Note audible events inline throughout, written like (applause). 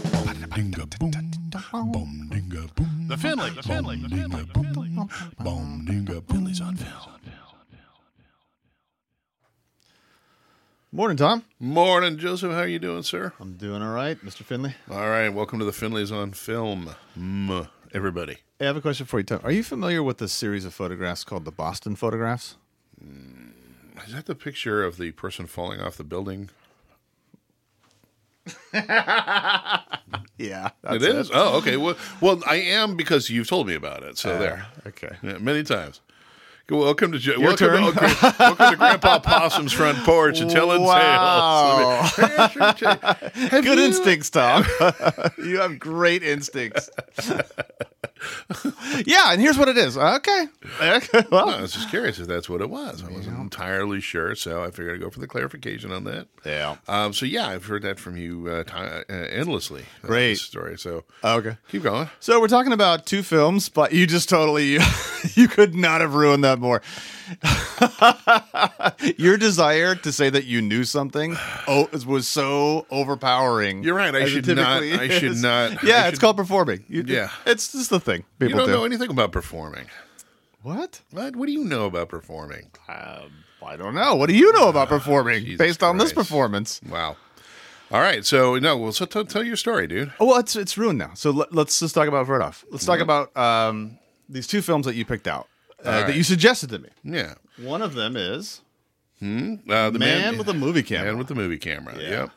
dinga boom, boom dinga boom. The Finley, the Finley, the Finley, the Finley. boom dinga boom. Finley's on film. Morning, Tom. Morning, Joseph. How are you doing, sir? I'm doing all right, Mr. Finley. All right. Welcome to the Finleys on Film, mm, everybody. Hey, I have a question for you, Tom. Are you familiar with this series of photographs called the Boston photographs? Is that the picture of the person falling off the building? Yeah, It is. Oh, okay. Well, well, I am because you've told me about it. So there. Ah, Okay. Yeah, many times. Good- Welcome to J- welcome, turn. To, okay, welcome to (laughs) Grandpa Possum's front porch and telling Wow. (laughs) tales. Have Good you- instincts, Tom. (laughs) you have great instincts. (laughs) yeah, and here's what it is. (laughs) Okay. Okay, well, I was just curious if that's what it was. I wasn't entirely sure, so I figured I'd go for the clarification on that. Yeah. Um, so yeah, I've heard that from you uh, ti uh, endlessly. uh, Great. Uh, this story. So Okay. keep going. So we're talking about two films, but you just totally (laughs) you, you could not have ruined that more. (laughs) Your desire to say that you knew something (sighs) oh, was so overpowering. You're right, I as it should not- typically I should is. not- Yeah, I it's should- called performing. You- Yeah. it's just the thing You people don't do. know anything about performing. what? What? What do you know about performing? Um, I don't know. What do you know about performing Jesus based on this Christ. performance? Wow. All right. So no. Well, so t- tell your story, dude. Oh, well, it's it's ruined now. So let, let's just talk about Verdoff. Let's talk about um, these two films that you picked out uh, that right. you suggested to me. Yeah. One of them is Uh, the Man, with a movie camera. Man with the movie camera. Yeah. Yep.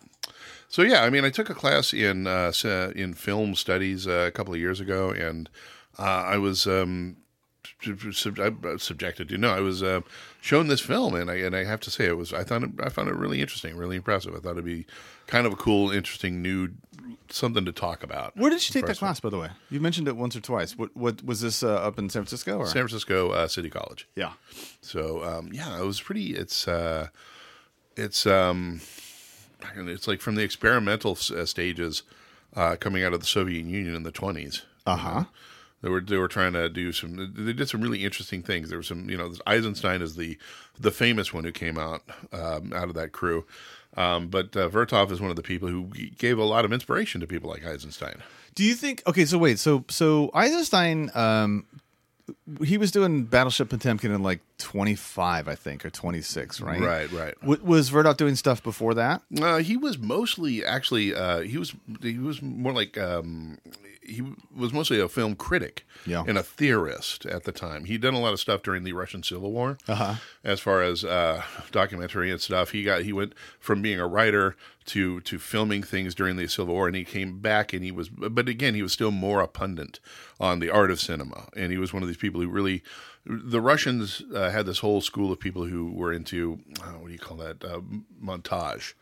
So yeah, I mean, I took a class in uh, s- uh, in film studies uh, a couple of years ago, and uh, I was um, sub- sub- I- uh, subjected to no, I was uh, shown this film, and I and I have to say it was I thought it, I found it really interesting, really impressive. I thought it'd be kind of a cool, interesting new something to talk about. Where did you take Impressive. that class, by the way? You mentioned it once or twice. What, what was this uh, up in San Francisco? Or? San Francisco uh, City College. yeah. So um, yeah, it was pretty. It's uh, it's um, I don't know, it's like from the experimental uh, stages uh, coming out of the Soviet Union in the twenties. Uh huh. They were they were trying to do some. They did some really interesting things. There was some, you know, this Eisenstein is the the famous one who came out um, out of that crew. Um, but uh, Vertov is one of the people who gave a lot of inspiration to people like Eisenstein. Do you think? Okay, so wait. So so Eisenstein, um, he was doing Battleship Potemkin in like 25, I think, or 26, right? Right, right. W- was Verdoff doing stuff before that? Uh, he was mostly actually uh, he was he was more like um, he was mostly a film critic Yeah. and a theorist at the time. He'd done a lot of stuff during the Russian Civil War, uh-huh. as far as uh, documentary and stuff. He got he went from being a writer to to filming things during the Civil War, and he came back and he was but again he was still more a pundit on the art of cinema, and he was one of these people who really. The Russians uh, had this whole school of people who were into uh, what do you call that uh, montage,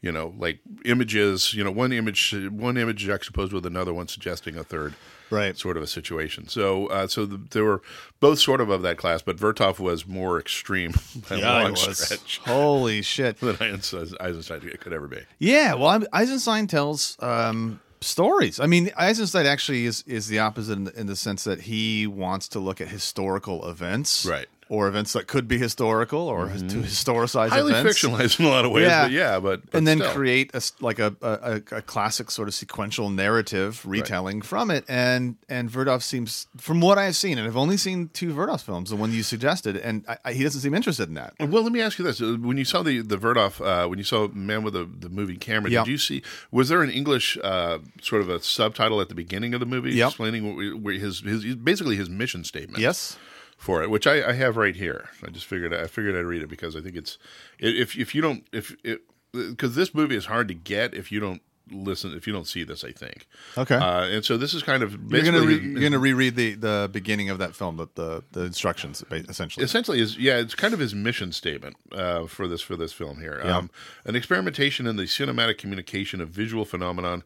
you know like images you know one image one image juxtaposed with another one suggesting a third Right. sort of a situation so uh, so the, they were both sort of of that class but vertov was more extreme (laughs) by a long stretch Holy shit. (laughs) than Eisen- eisenstein could ever be Yeah, well, I'm- Eisenstein tells um, stories. I mean, Eisenstein actually is is the opposite in the, in the sense that he wants to look at historical events, Right. Mm-hmm. or events that could be historical, or his- to historicize highly events, fictionalized in a lot of ways Yeah. but yeah but, but and then still. create a s like a, a a- a classic sort of sequential narrative retelling from it. And and Verdoff seems, from what I've seen, and I've only seen two Verdoff films, the one you suggested, and I, I, he doesn't seem interested in that. well, let me ask you this: Uh, When you saw the the Vertov, uh, when you saw Man with the, the movie camera, Yeah. did you see? Was there an English uh, sort of a subtitle at the beginning of the movie Yep. explaining what, we- where his, his basically his mission statement? Yes. for it, which I, I have right here. I just figured I figured I'd read it because I think it's if if you don't if it because this movie is hard to get if you don't listen if you don't see this. I think Okay. uh, and so this is kind of You're gonna basically- re- you're gonna reread the the beginning of that film, the the, the instructions ba- essentially. essentially is yeah it's kind of his mission statement uh, for this for this film here um, an experimentation in the cinematic communication of visual phenomenon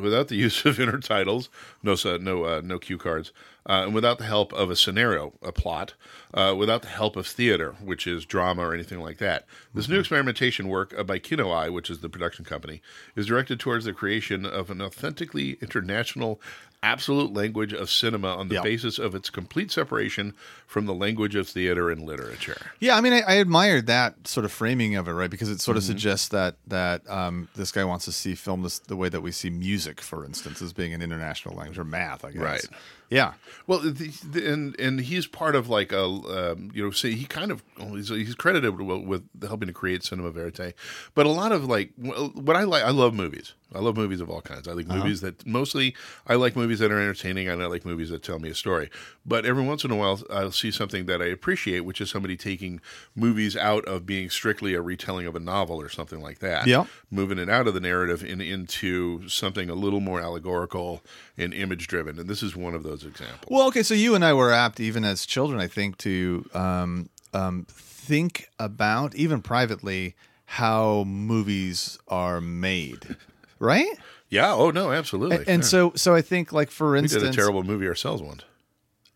without the (laughs) use of inner titles no s- uh, no uh, no cue cards uh, and without the help of a scenario a plot uh, without the help of theater which is drama or anything like that this new experimentation work uh, by Kinoai which is the production company is directed towards the creation of an authentically international absolute language of cinema on the Yeah. basis of its complete separation from the language of theater and literature. Yeah, I mean, I, I admired that sort of framing of it, right? Because it sort Mm-hmm. of suggests that that um, this guy wants to see film this, the way that we see music, for instance, as being an international language or math, I guess. Right. Yeah. Well, the, the, and and he's part of like a um, you know, see, he kind of well, he's, he's credited with, with helping to create cinema verite, but a lot of like well, what I like, I love movies. I love movies of all kinds. I like movies that mostly I like movies that are entertaining, and I like movies that tell me a story. But every once in a while, I'll see something that I appreciate, which is somebody taking movies out of being strictly a retelling of a novel or something like that. Yeah. moving it out of the narrative and into something a little more allegorical and image driven. And this is one of those examples. Well, okay, so you and I were apt, even as children, I think, to um, um, think about, even privately, how movies are made, right? Yeah. Oh no, absolutely. And so, so I think, like for we did instance, a terrible movie ourselves once.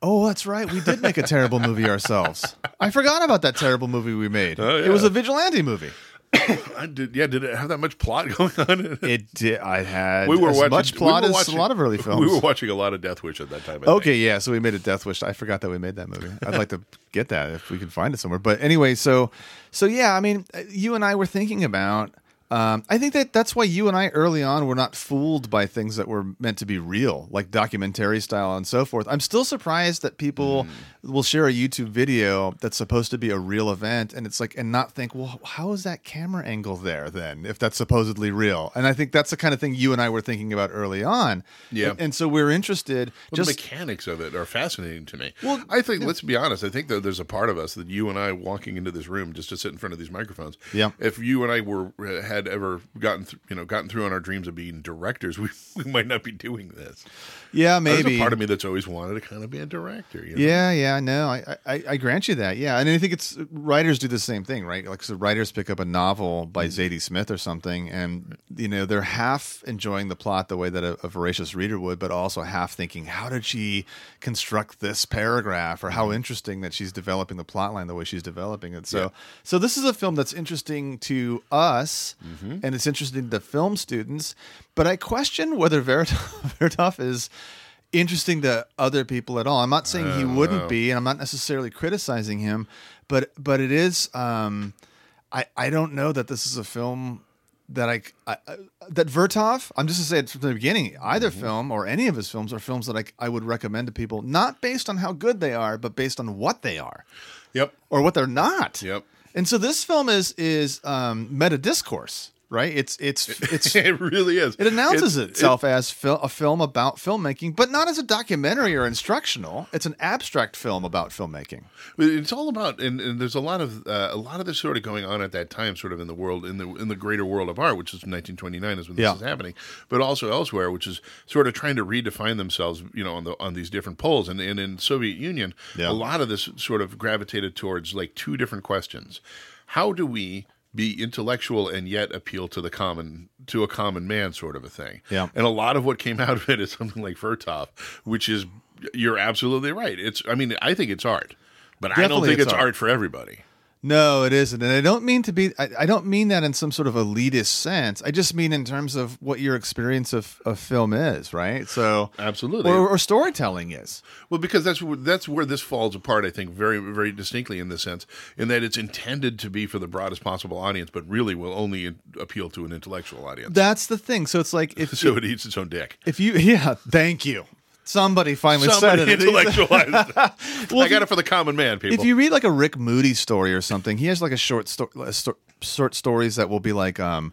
Oh, that's right. We did make a terrible movie ourselves. I forgot about that terrible movie we made. Oh, yeah. It was a vigilante movie. I did. Yeah. Did it have that much (laughs) plot going on? It did. I had we were as watching much plot we were as watching- a lot of early films. (laughs) We were watching a lot of Death Wish at that time. I think. okay, yeah. So we made a Death Wish. I forgot that we made that movie. I'd (laughs) like to get that if we could find it somewhere. But anyway, so so yeah. I mean, uh, you and I were thinking about. Um, I think that that's why you and I early on were not fooled by things that were meant to be real, like documentary style and so forth. I'm still surprised that people Hmm. will share a YouTube video that's supposed to be a real event, and it's like, and not think, well, how is that camera angle there then, if that's supposedly real? And I think that's the kind of thing you and I were thinking about early on. Yeah. and, and so we're interested. Well, just the mechanics of it are fascinating to me. Well, I think let's be honest. I think that there's a part of us that you and I walking into this room just to sit in front of these microphones. Yeah. If you and I were uh, had ever gotten th- you know gotten through on our dreams of being directors, (laughs) we, we might not be doing this. Yeah, There's maybe. a part of me that's always wanted to kind of be a director. You know? yeah, yeah, no, I, I, I grant you that. Yeah, and I think it's writers do the same thing, right? Like, so writers pick up a novel by Mm-hmm. Zadie Smith or something, and you know they're half enjoying the plot the way that a, a voracious reader would, but also half thinking, how did she construct this paragraph, or Mm-hmm. how interesting that she's developing the plot line the way she's developing it. So, so this is a film that's interesting to us, Mm-hmm. and it's interesting to film students, but I question whether (laughs) Veritoff, Veritoff is interesting to other people at all. I'm not saying he Oh, wouldn't be, and I'm not necessarily criticizing him, but but it is. Um, I I don't know that this is a film that I, I I- that Vertov. I'm just to say it from the beginning. Either Mm-hmm. film or any of his films are films that I I would recommend to people, not based on how good they are, but based on what they are Yep. or what they're not. Yep. And so this film is is um, meta discourse, right? It's it's it's (laughs) it really is. it announces itself as fil- a film about filmmaking, but not as a documentary or instructional. It's an abstract film about filmmaking. it's all about and, and there's a lot of uh, a lot of this sort of going on at that time sort of in the world in the in the greater world of art which is 1929 is when this Yeah. is happening but also elsewhere which is sort of trying to redefine themselves you know on the on these different poles and, and in soviet union Yeah. a lot of this sort of gravitated towards like two different questions how do we be intellectual and yet appeal to the common to a common man sort of a thing Yeah. and a lot of what came out of it is something like Vertov, which is you're absolutely right. It's I mean I think it's art, but I don't Definitely think it's it's art. art. for everybody. No, it isn't, and I don't mean to be. I, I don't mean that in some sort of elitist sense. I just mean in terms of what your experience of, of film is, right? So Absolutely. or, or storytelling is. Well, because that's wh- that's where this falls apart. I think very very distinctly in this sense, in that it's intended to be for the broadest possible audience, but really will only in- appeal to an intellectual audience. That's the thing. So it's like (laughs) if so it eats its own dick. if you (laughs) yeah, thank you. Somebody finally said Somebody it. intellectualized. it. (laughs) Well, I if got it for the common man, people. If you read like a Rick Moody story or something, he has like a short sto- a sto- short stories that will be like um,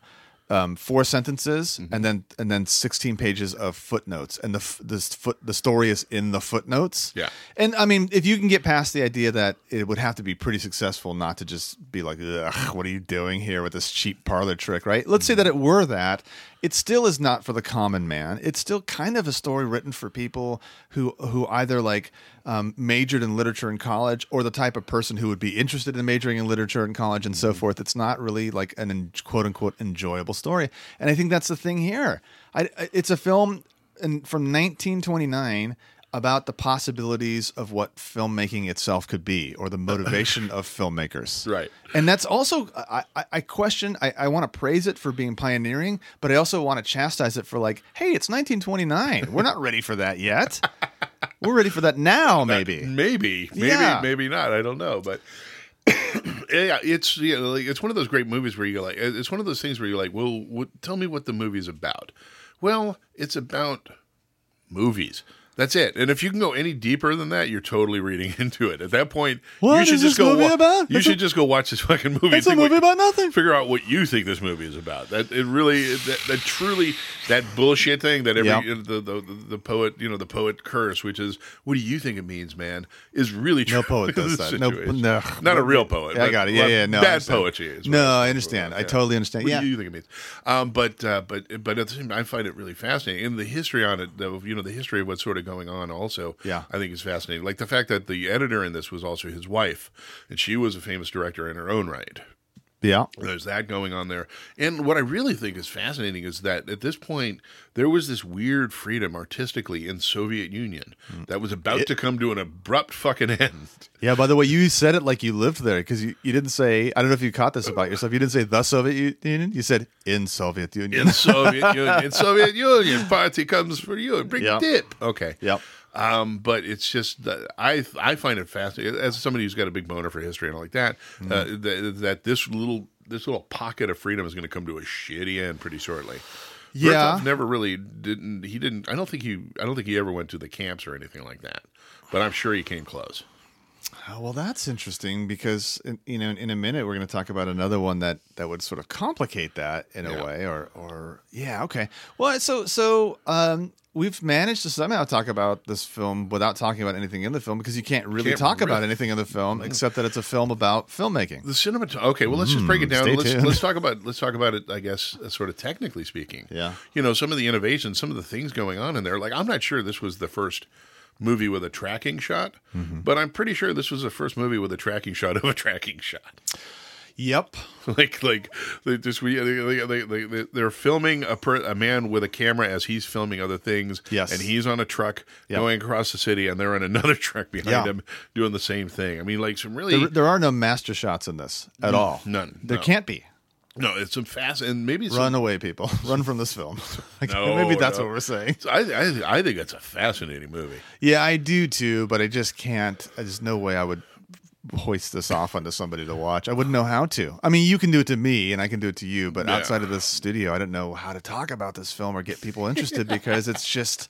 um, four sentences and then and then sixteen pages of footnotes, and the f- this foot the story is in the footnotes. Yeah. and I mean, if you can get past the idea that it would have to be pretty successful not to just be like, Ugh, "What are you doing here with this cheap parlor trick?" Right? Let's say that it were that. It still is not for the common man. It's still kind of a story written for people who who either like um, majored in literature in college or the type of person who would be interested in majoring in literature in college and so forth. It's not really like an en- quote unquote enjoyable story, and I think that's the thing here. I, I- it's a film and from 1929 about the possibilities of what filmmaking itself could be or the (laughs) motivation of filmmakers. Right. And that's also, I, I, I question, I, I want to praise it for being pioneering, but I also want to chastise it for like, hey, it's 1929. We're not ready for (laughs) that yet. We're ready for that now, maybe. maybe maybe Yeah. maybe not i don't know but (clears throat) yeah it's you know, like, it's one of those great movies where you go like it's one of those things where you're like well what, tell me what the movie's about well it's about movies that's it and if you can go any deeper than that you're totally reading (laughs) into it at that point What you should is just this go movie wa- about? you It's should a- just go watch this fucking movie and It's a think what- movie about (laughs) nothing. figure out what you think this movie is about. That it really that, that truly that bullshit thing that every Yeah. the, the the poet you know the poet curse, which is what do you think it means, man, is really true. (laughs) No poet does in this that. No- situation. no. not a real poet. I but- got it. Yeah, but yeah, no, I bad understand. poetry. is what No, I'm I talking understand. about, I totally understand. What Yeah. do you think it means? Um, but uh, but but at the same, time, I find it really fascinating, and the history on it, though, you know, the history of what's sort of going on, also, Yeah. I think is fascinating. Like the fact that the editor in this was also his wife, and she was a famous director in her own right. Yeah. There's that going on there. And what I really think is fascinating is that at this point there was this weird freedom artistically in Soviet Union that was about to come to an abrupt fucking end. Yeah, by the way, you said it like you lived there because you, you didn't say, I don't know if you caught this about yourself. You didn't say the Soviet Union. You said in Soviet Union. (laughs) In Soviet Union, in Soviet Union, party comes for you. Bring Yeah. dip. Okay. Yep. Um, but it's just that I I find it fascinating as somebody who's got a big boner for history and all like that. Uh, that that this little this little pocket of freedom is going to come to a shitty end pretty shortly. Yeah. Berthoff never really didn't. He didn't. I don't think he. I don't think he ever went to the camps or anything like that. But I'm sure he came close. Oh, well, that's interesting because in, you know, in a minute we're going to talk about another one that that would sort of complicate that in Yeah. a way, or or yeah, okay. Well, so so um, we've managed to somehow talk about this film without talking about anything in the film because you can't really Can't talk about really. anything in the film except that it's a film about filmmaking. The cinemat. Okay, well, let's just break it down. Mm, stay Let's tuned. let's talk about let's talk about it. I guess uh, sort of technically speaking. Yeah. You know, some of the innovations, some of the things going on in there. Like, I'm not sure this was the first movie with a tracking shot, Mm-hmm. but I'm pretty sure this was the first movie with a tracking shot of a tracking shot. (laughs) Yep. like like they just we they, they, they, they, they're filming a per, a man with a camera as he's filming other things Yes. and he's on a truck Yeah. going across the city and they're in another (laughs) truck behind Yeah. him doing the same thing i mean like some really There, there are no master shots in this at all. none, There no. can't be. no it's some fast and maybe some, Run away, people. (laughs) Run from this film. Like, No, maybe that's no. what we're saying. I, I i think it's a fascinating movie Yeah, I do too, but I just can't. There's no way I would hoist this off onto somebody to watch. I wouldn't know how to. I mean, you can do it to me and I can do it to you, but Yeah. outside of this studio, I don't know how to talk about this film or get people interested because it's just,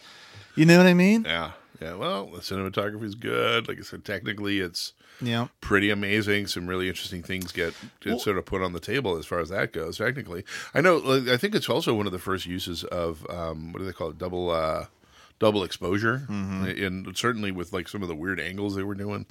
you know what I mean? yeah yeah well the cinematography is good like i said technically it's Yeah. pretty amazing. Some really interesting things get get sort of put on the table as far as that goes. Technically, I know. like, I think it's also one of the first uses of um, what do they call it? Double. Uh, Double exposure, Mm-hmm. and certainly with like some of the weird angles they were doing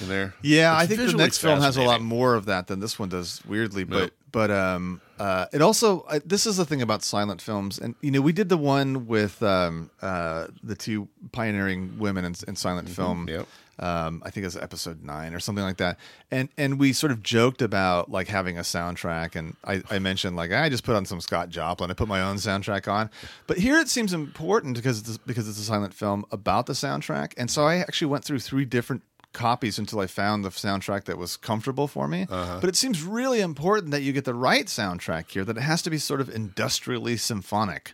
in there. Yeah, It's I think the visually next film has a lot fascinating. more of that than this one does. Weirdly, but Yep. but um, uh, it also I, this is the thing about silent films, and you know we did the one with um, uh, the two pioneering women in, in Mm-hmm. silent film. yep. Um, I think it was episode nine or something like that, and and we sort of joked about like having a soundtrack, and I, I mentioned like I just put on some Scott Joplin, I put my own soundtrack on, but here it seems important because it's, because it's a silent film about the soundtrack, and so I actually went through three different copies until I found the soundtrack that was comfortable for me. But it seems really important that you get the right soundtrack here. That it has to be sort of industrially symphonic.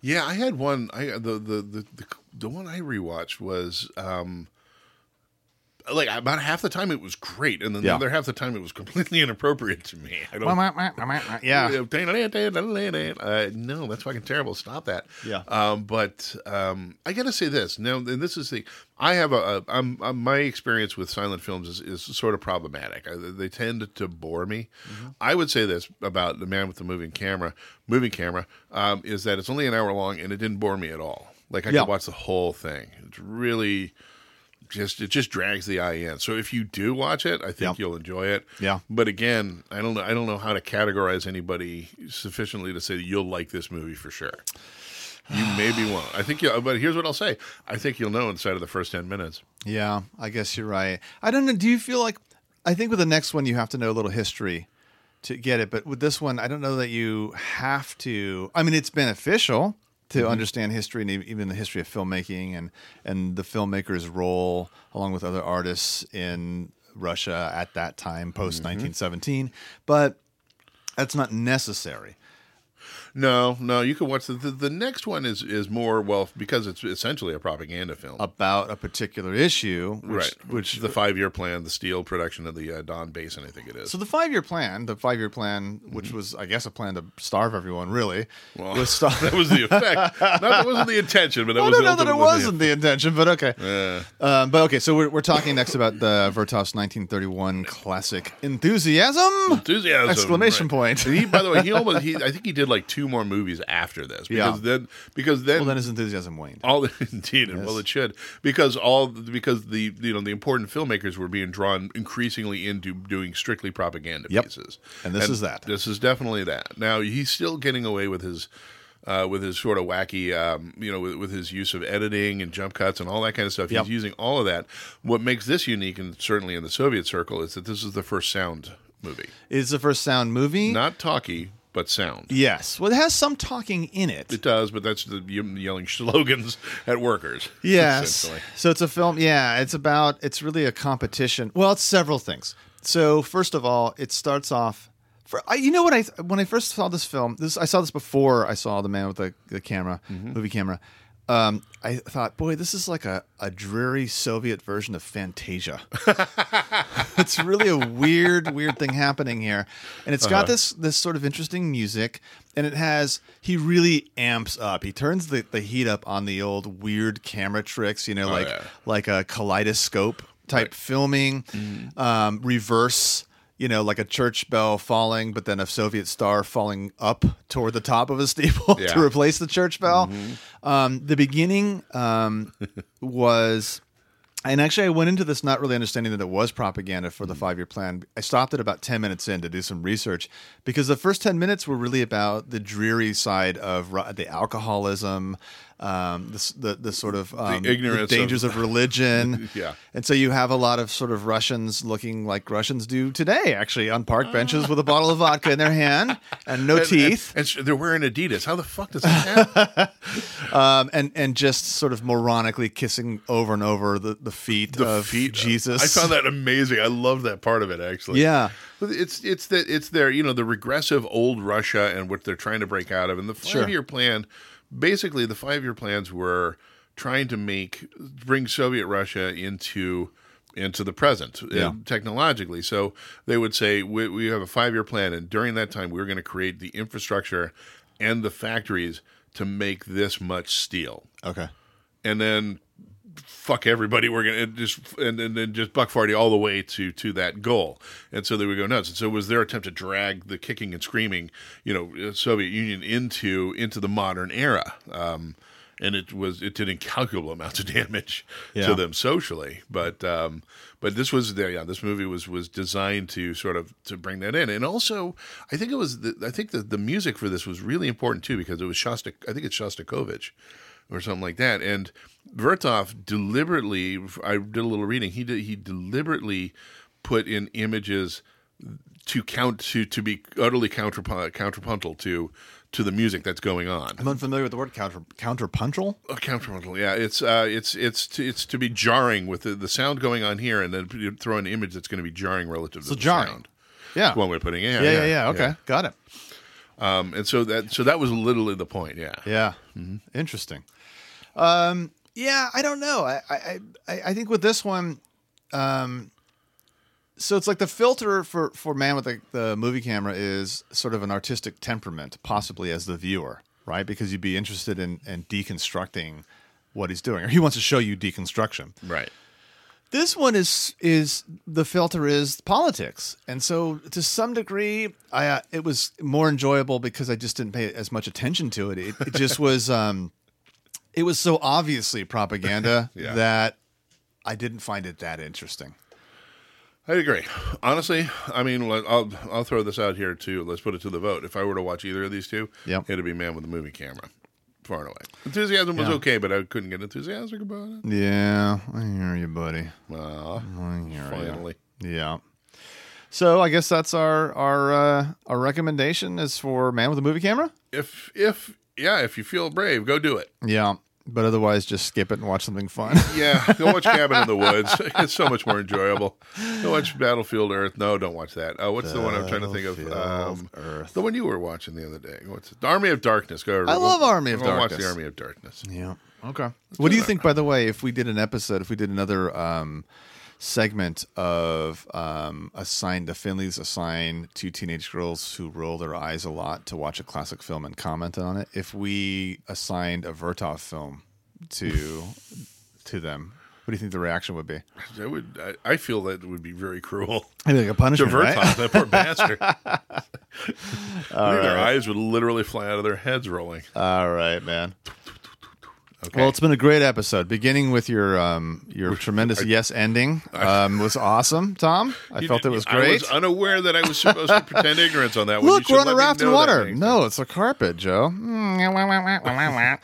Yeah, I had one. I the the the the, the one I rewatched was um like about half the time it was great, and then the Yeah. other half the time it was completely (laughs) inappropriate to me. I don't (laughs) Yeah, (laughs) Uh, no, that's fucking terrible. Stop that. Yeah. Um, but um, I gotta say this now, and this is the I have a, a I'm, i my experience with silent films is, is sort of problematic. I, they tend to bore me. Mm-hmm. I would say this about the man with the moving camera. Moving camera um, is that it's only an hour long and it didn't bore me at all. Like I Yeah. could watch the whole thing. It's really just it just drags the eye in. So if you do watch it, I think Yep. you'll enjoy it. Yeah. But again, I don't know. I don't know how to categorize anybody sufficiently to say you'll like this movie for sure. (sighs) You maybe won't. I think you. But here's what I'll say. I think you'll know inside of the first ten minutes. yeah. I guess you're right. I don't know. Do you feel like I think with the next one you have to know a little history to get it, but with this one I don't know that you have to. I mean, it's beneficial to understand history and e- even the history of filmmaking and and the filmmaker's role along with other artists in Russia at that time post 1917 but that's not necessary No, no, you can watch the, the the next one is is more well because it's essentially a propaganda film. about a particular issue Uh, which right, which the five year plan, the steel production of the uh, Don Basin, I think it is. So the five-year plan, the five-year plan, which was, I guess, a plan to starve everyone, really, Mm-hmm. Well, was starve. (laughs) (laughs) that was the effect. Not that wasn't the intention, but that I was don't the know that it ultimate- was the wasn't the intention, but okay. Um, but okay, so we're, we're talking next about the Vertov's 1931 classic enthusiasm. enthusiasm Exclamation right. point. And (laughs) he, by the way, he almost he, I think he did like two more movies after this because Yeah. then because then. Well, then his enthusiasm waned. (laughs) all indeed, and well, it should because all because the you know the important filmmakers were being drawn increasingly into doing strictly propaganda Yep. pieces, And this is that. This is definitely that. Now he's still getting away with his uh, with his sort of wacky, um, you know, with, with his use of editing and jump cuts and all that kind of stuff. Yep. He's using all of that. What makes this unique, and certainly in the Soviet circle, is that this is the first sound movie, It's the first sound movie. not talkie, but sound. yes. Well, it has some talking in it. It does, but that's the ye- yelling (laughs) slogans at workers. Yes. essentially. So it's a film. Yeah, it's about. It's really a competition. Well, it's several things. So first of all, it starts off. For, I, you know what I when I first saw this film, this I saw this before I saw the man with the, the camera, movie camera. Um, I thought, boy, this is like a, a dreary Soviet version of Fantasia. (laughs) it's really a weird, weird thing happening here, and it's Uh-huh. got this this sort of interesting music, and it has he really amps up. He turns the, the heat up on the old weird camera tricks, you know, like Oh, yeah. like a kaleidoscope type filming, Mm-hmm. um, reverse. You know, like a church bell falling, but then a Soviet star falling up toward the top of a steeple (laughs) Yeah. Mm-hmm. to replace the church bell. Um, the beginning (laughs) um, was and actually, I went into this not really understanding that it was propaganda for the five year plan. I stopped at about 10 minutes in to do some research because the first 10 minutes were really about the dreary side of Ru- the alcoholism, um, the, s- the, the sort of um, ignorance the dangers of, religion. Yeah. And so you have a lot of sort of Russians looking like Russians do today, actually, on park benches with a bottle of vodka in their hand and no And- teeth. And, and they're wearing Adidas. How the fuck does that (laughs) happen? um, and and just sort of moronically kissing over and over the, the feet of Jesus. I found that amazing. I love that part of it actually. Yeah. But It's it's that it's their you know the regressive old Russia and what they're trying to break out of and the Sure. five year plan. Basically, the five year plans were trying to make bring Soviet Russia into into the present uh, Yeah. technologically. So they would say we, we have a five year plan, and during that time, we're going to create the infrastructure and the factories to make this much steel Okay. and then fuck everybody. We're gonna and just and, and then just buck forty all the way to to that goal. And so they would go nuts. And so it was their attempt to drag the kicking and screaming, you know, uh, Soviet Union into into the modern era. Um, and it was it did incalculable amounts of (laughs) damage Yeah. to them socially, but um, but this was the, yeah this movie was was designed to sort of to bring that in, and also I think it was the, I think that the music for this was really important too because it was Shostak I think it's Shostakovich or something like that. And Vertov deliberately, I did a little reading. He did, he deliberately put in images to count to to be utterly counter counterpuntal to to the music that's going on. I'm unfamiliar with the word counter counterpuntal. Oh, counterpuntal, yeah. It's uh, it's it's to, it's to be jarring with the, the sound going on here, and then you throw an image that's going to be jarring relative to the jarring. sound. Yeah. That's one way of putting it. Yeah, yeah, yeah, yeah. Okay, got it. yeah. Um, and so that so that was literally the point. Yeah. Yeah, interesting. Um, yeah, I don't know. I, I, I, I think with this one, um, so it's like the filter for for man with the, the movie camera is sort of an artistic temperament, possibly as the viewer, right? Because you'd be interested in in deconstructing what he's doing, or he wants to show you deconstruction. Right. this one is is the filter is politics, and so to some degree, I uh, it was more enjoyable because I just didn't pay as much attention to it. It, it just was, (laughs) um, it was so obviously (laughs) propaganda Yeah. that I didn't find it that interesting. I agree. Honestly, I mean, let- I'll I'll throw this out here too. Let's put it to the vote. If I were to watch either of these two, Yep. it'd be Man with a Movie Camera, far and away. Enthusiasm was okay, but I couldn't get enthusiastic about it. Yeah, I hear you, buddy. Aw, I hear finally, Yeah. So I guess that's our our uh, our recommendation is for man with a movie camera. if if yeah, if you feel brave, go do it. Yeah. But otherwise, just skip it and watch something fun. Yeah, go watch Cabin in the Woods. (laughs) It's so much more enjoyable. Go watch Battlefield Earth. No, don't watch that. Uh, what's the one I'm trying to think of? Um, The one you were watching the other day. What's it? Army of Darkness. Go. I love Army of go Watch Darkness. the Army of Darkness. (laughs) yeah. Okay. What do you think, by the way, if we did an episode, if we did another um, segment of um, assigned, the Finleys assign two teenage girls who roll their eyes a lot to watch a classic film and comment on it, if we assigned a Vertov film (laughs) to to them, what do you think the reaction would be? I would. I, I feel that would be very cruel. (laughs) Maybe like a punishment, Divertile, that poor (laughs) bastard. I think Their eyes would literally fly out of their heads rolling. All right, man. Okay. Well, it's been a great episode. Beginning with your um, your tremendous yes ending um, was awesome, Tom. I You felt it did- was I great. was unaware that I was supposed to pretend ignorance on that one. Look, You we're should on a let me raft in know that water. next No, it's a carpet, (laughs) Joe. um, time.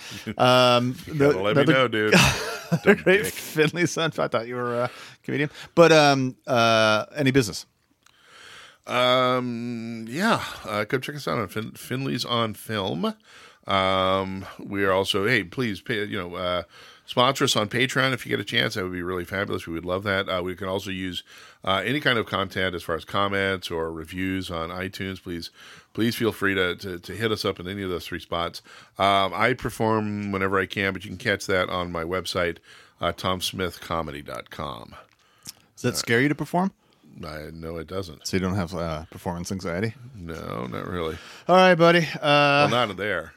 the- Gotta let me another know, dude. Dumb (laughs) Great dick. Finley son. I thought you were a comedian, but um, uh, any business? Um, yeah, uh, come check us out on fin- Finley's on Film. Um, we are also hey, please pay, you know uh, sponsor us on Patreon if you get a chance. That would be really fabulous. We would love that. Uh, we can also use uh, any kind of content as far as comments or reviews on iTunes. Please, please feel free to to, to hit us up in any of those three spots. Um, I perform whenever I can, but you can catch that on my website, uh, TomSmithComedy.com. Does Uh, that scare you to perform? I know it doesn't. So you don't have uh, performance anxiety? No, not really. All right, buddy. Uh, Well, not there.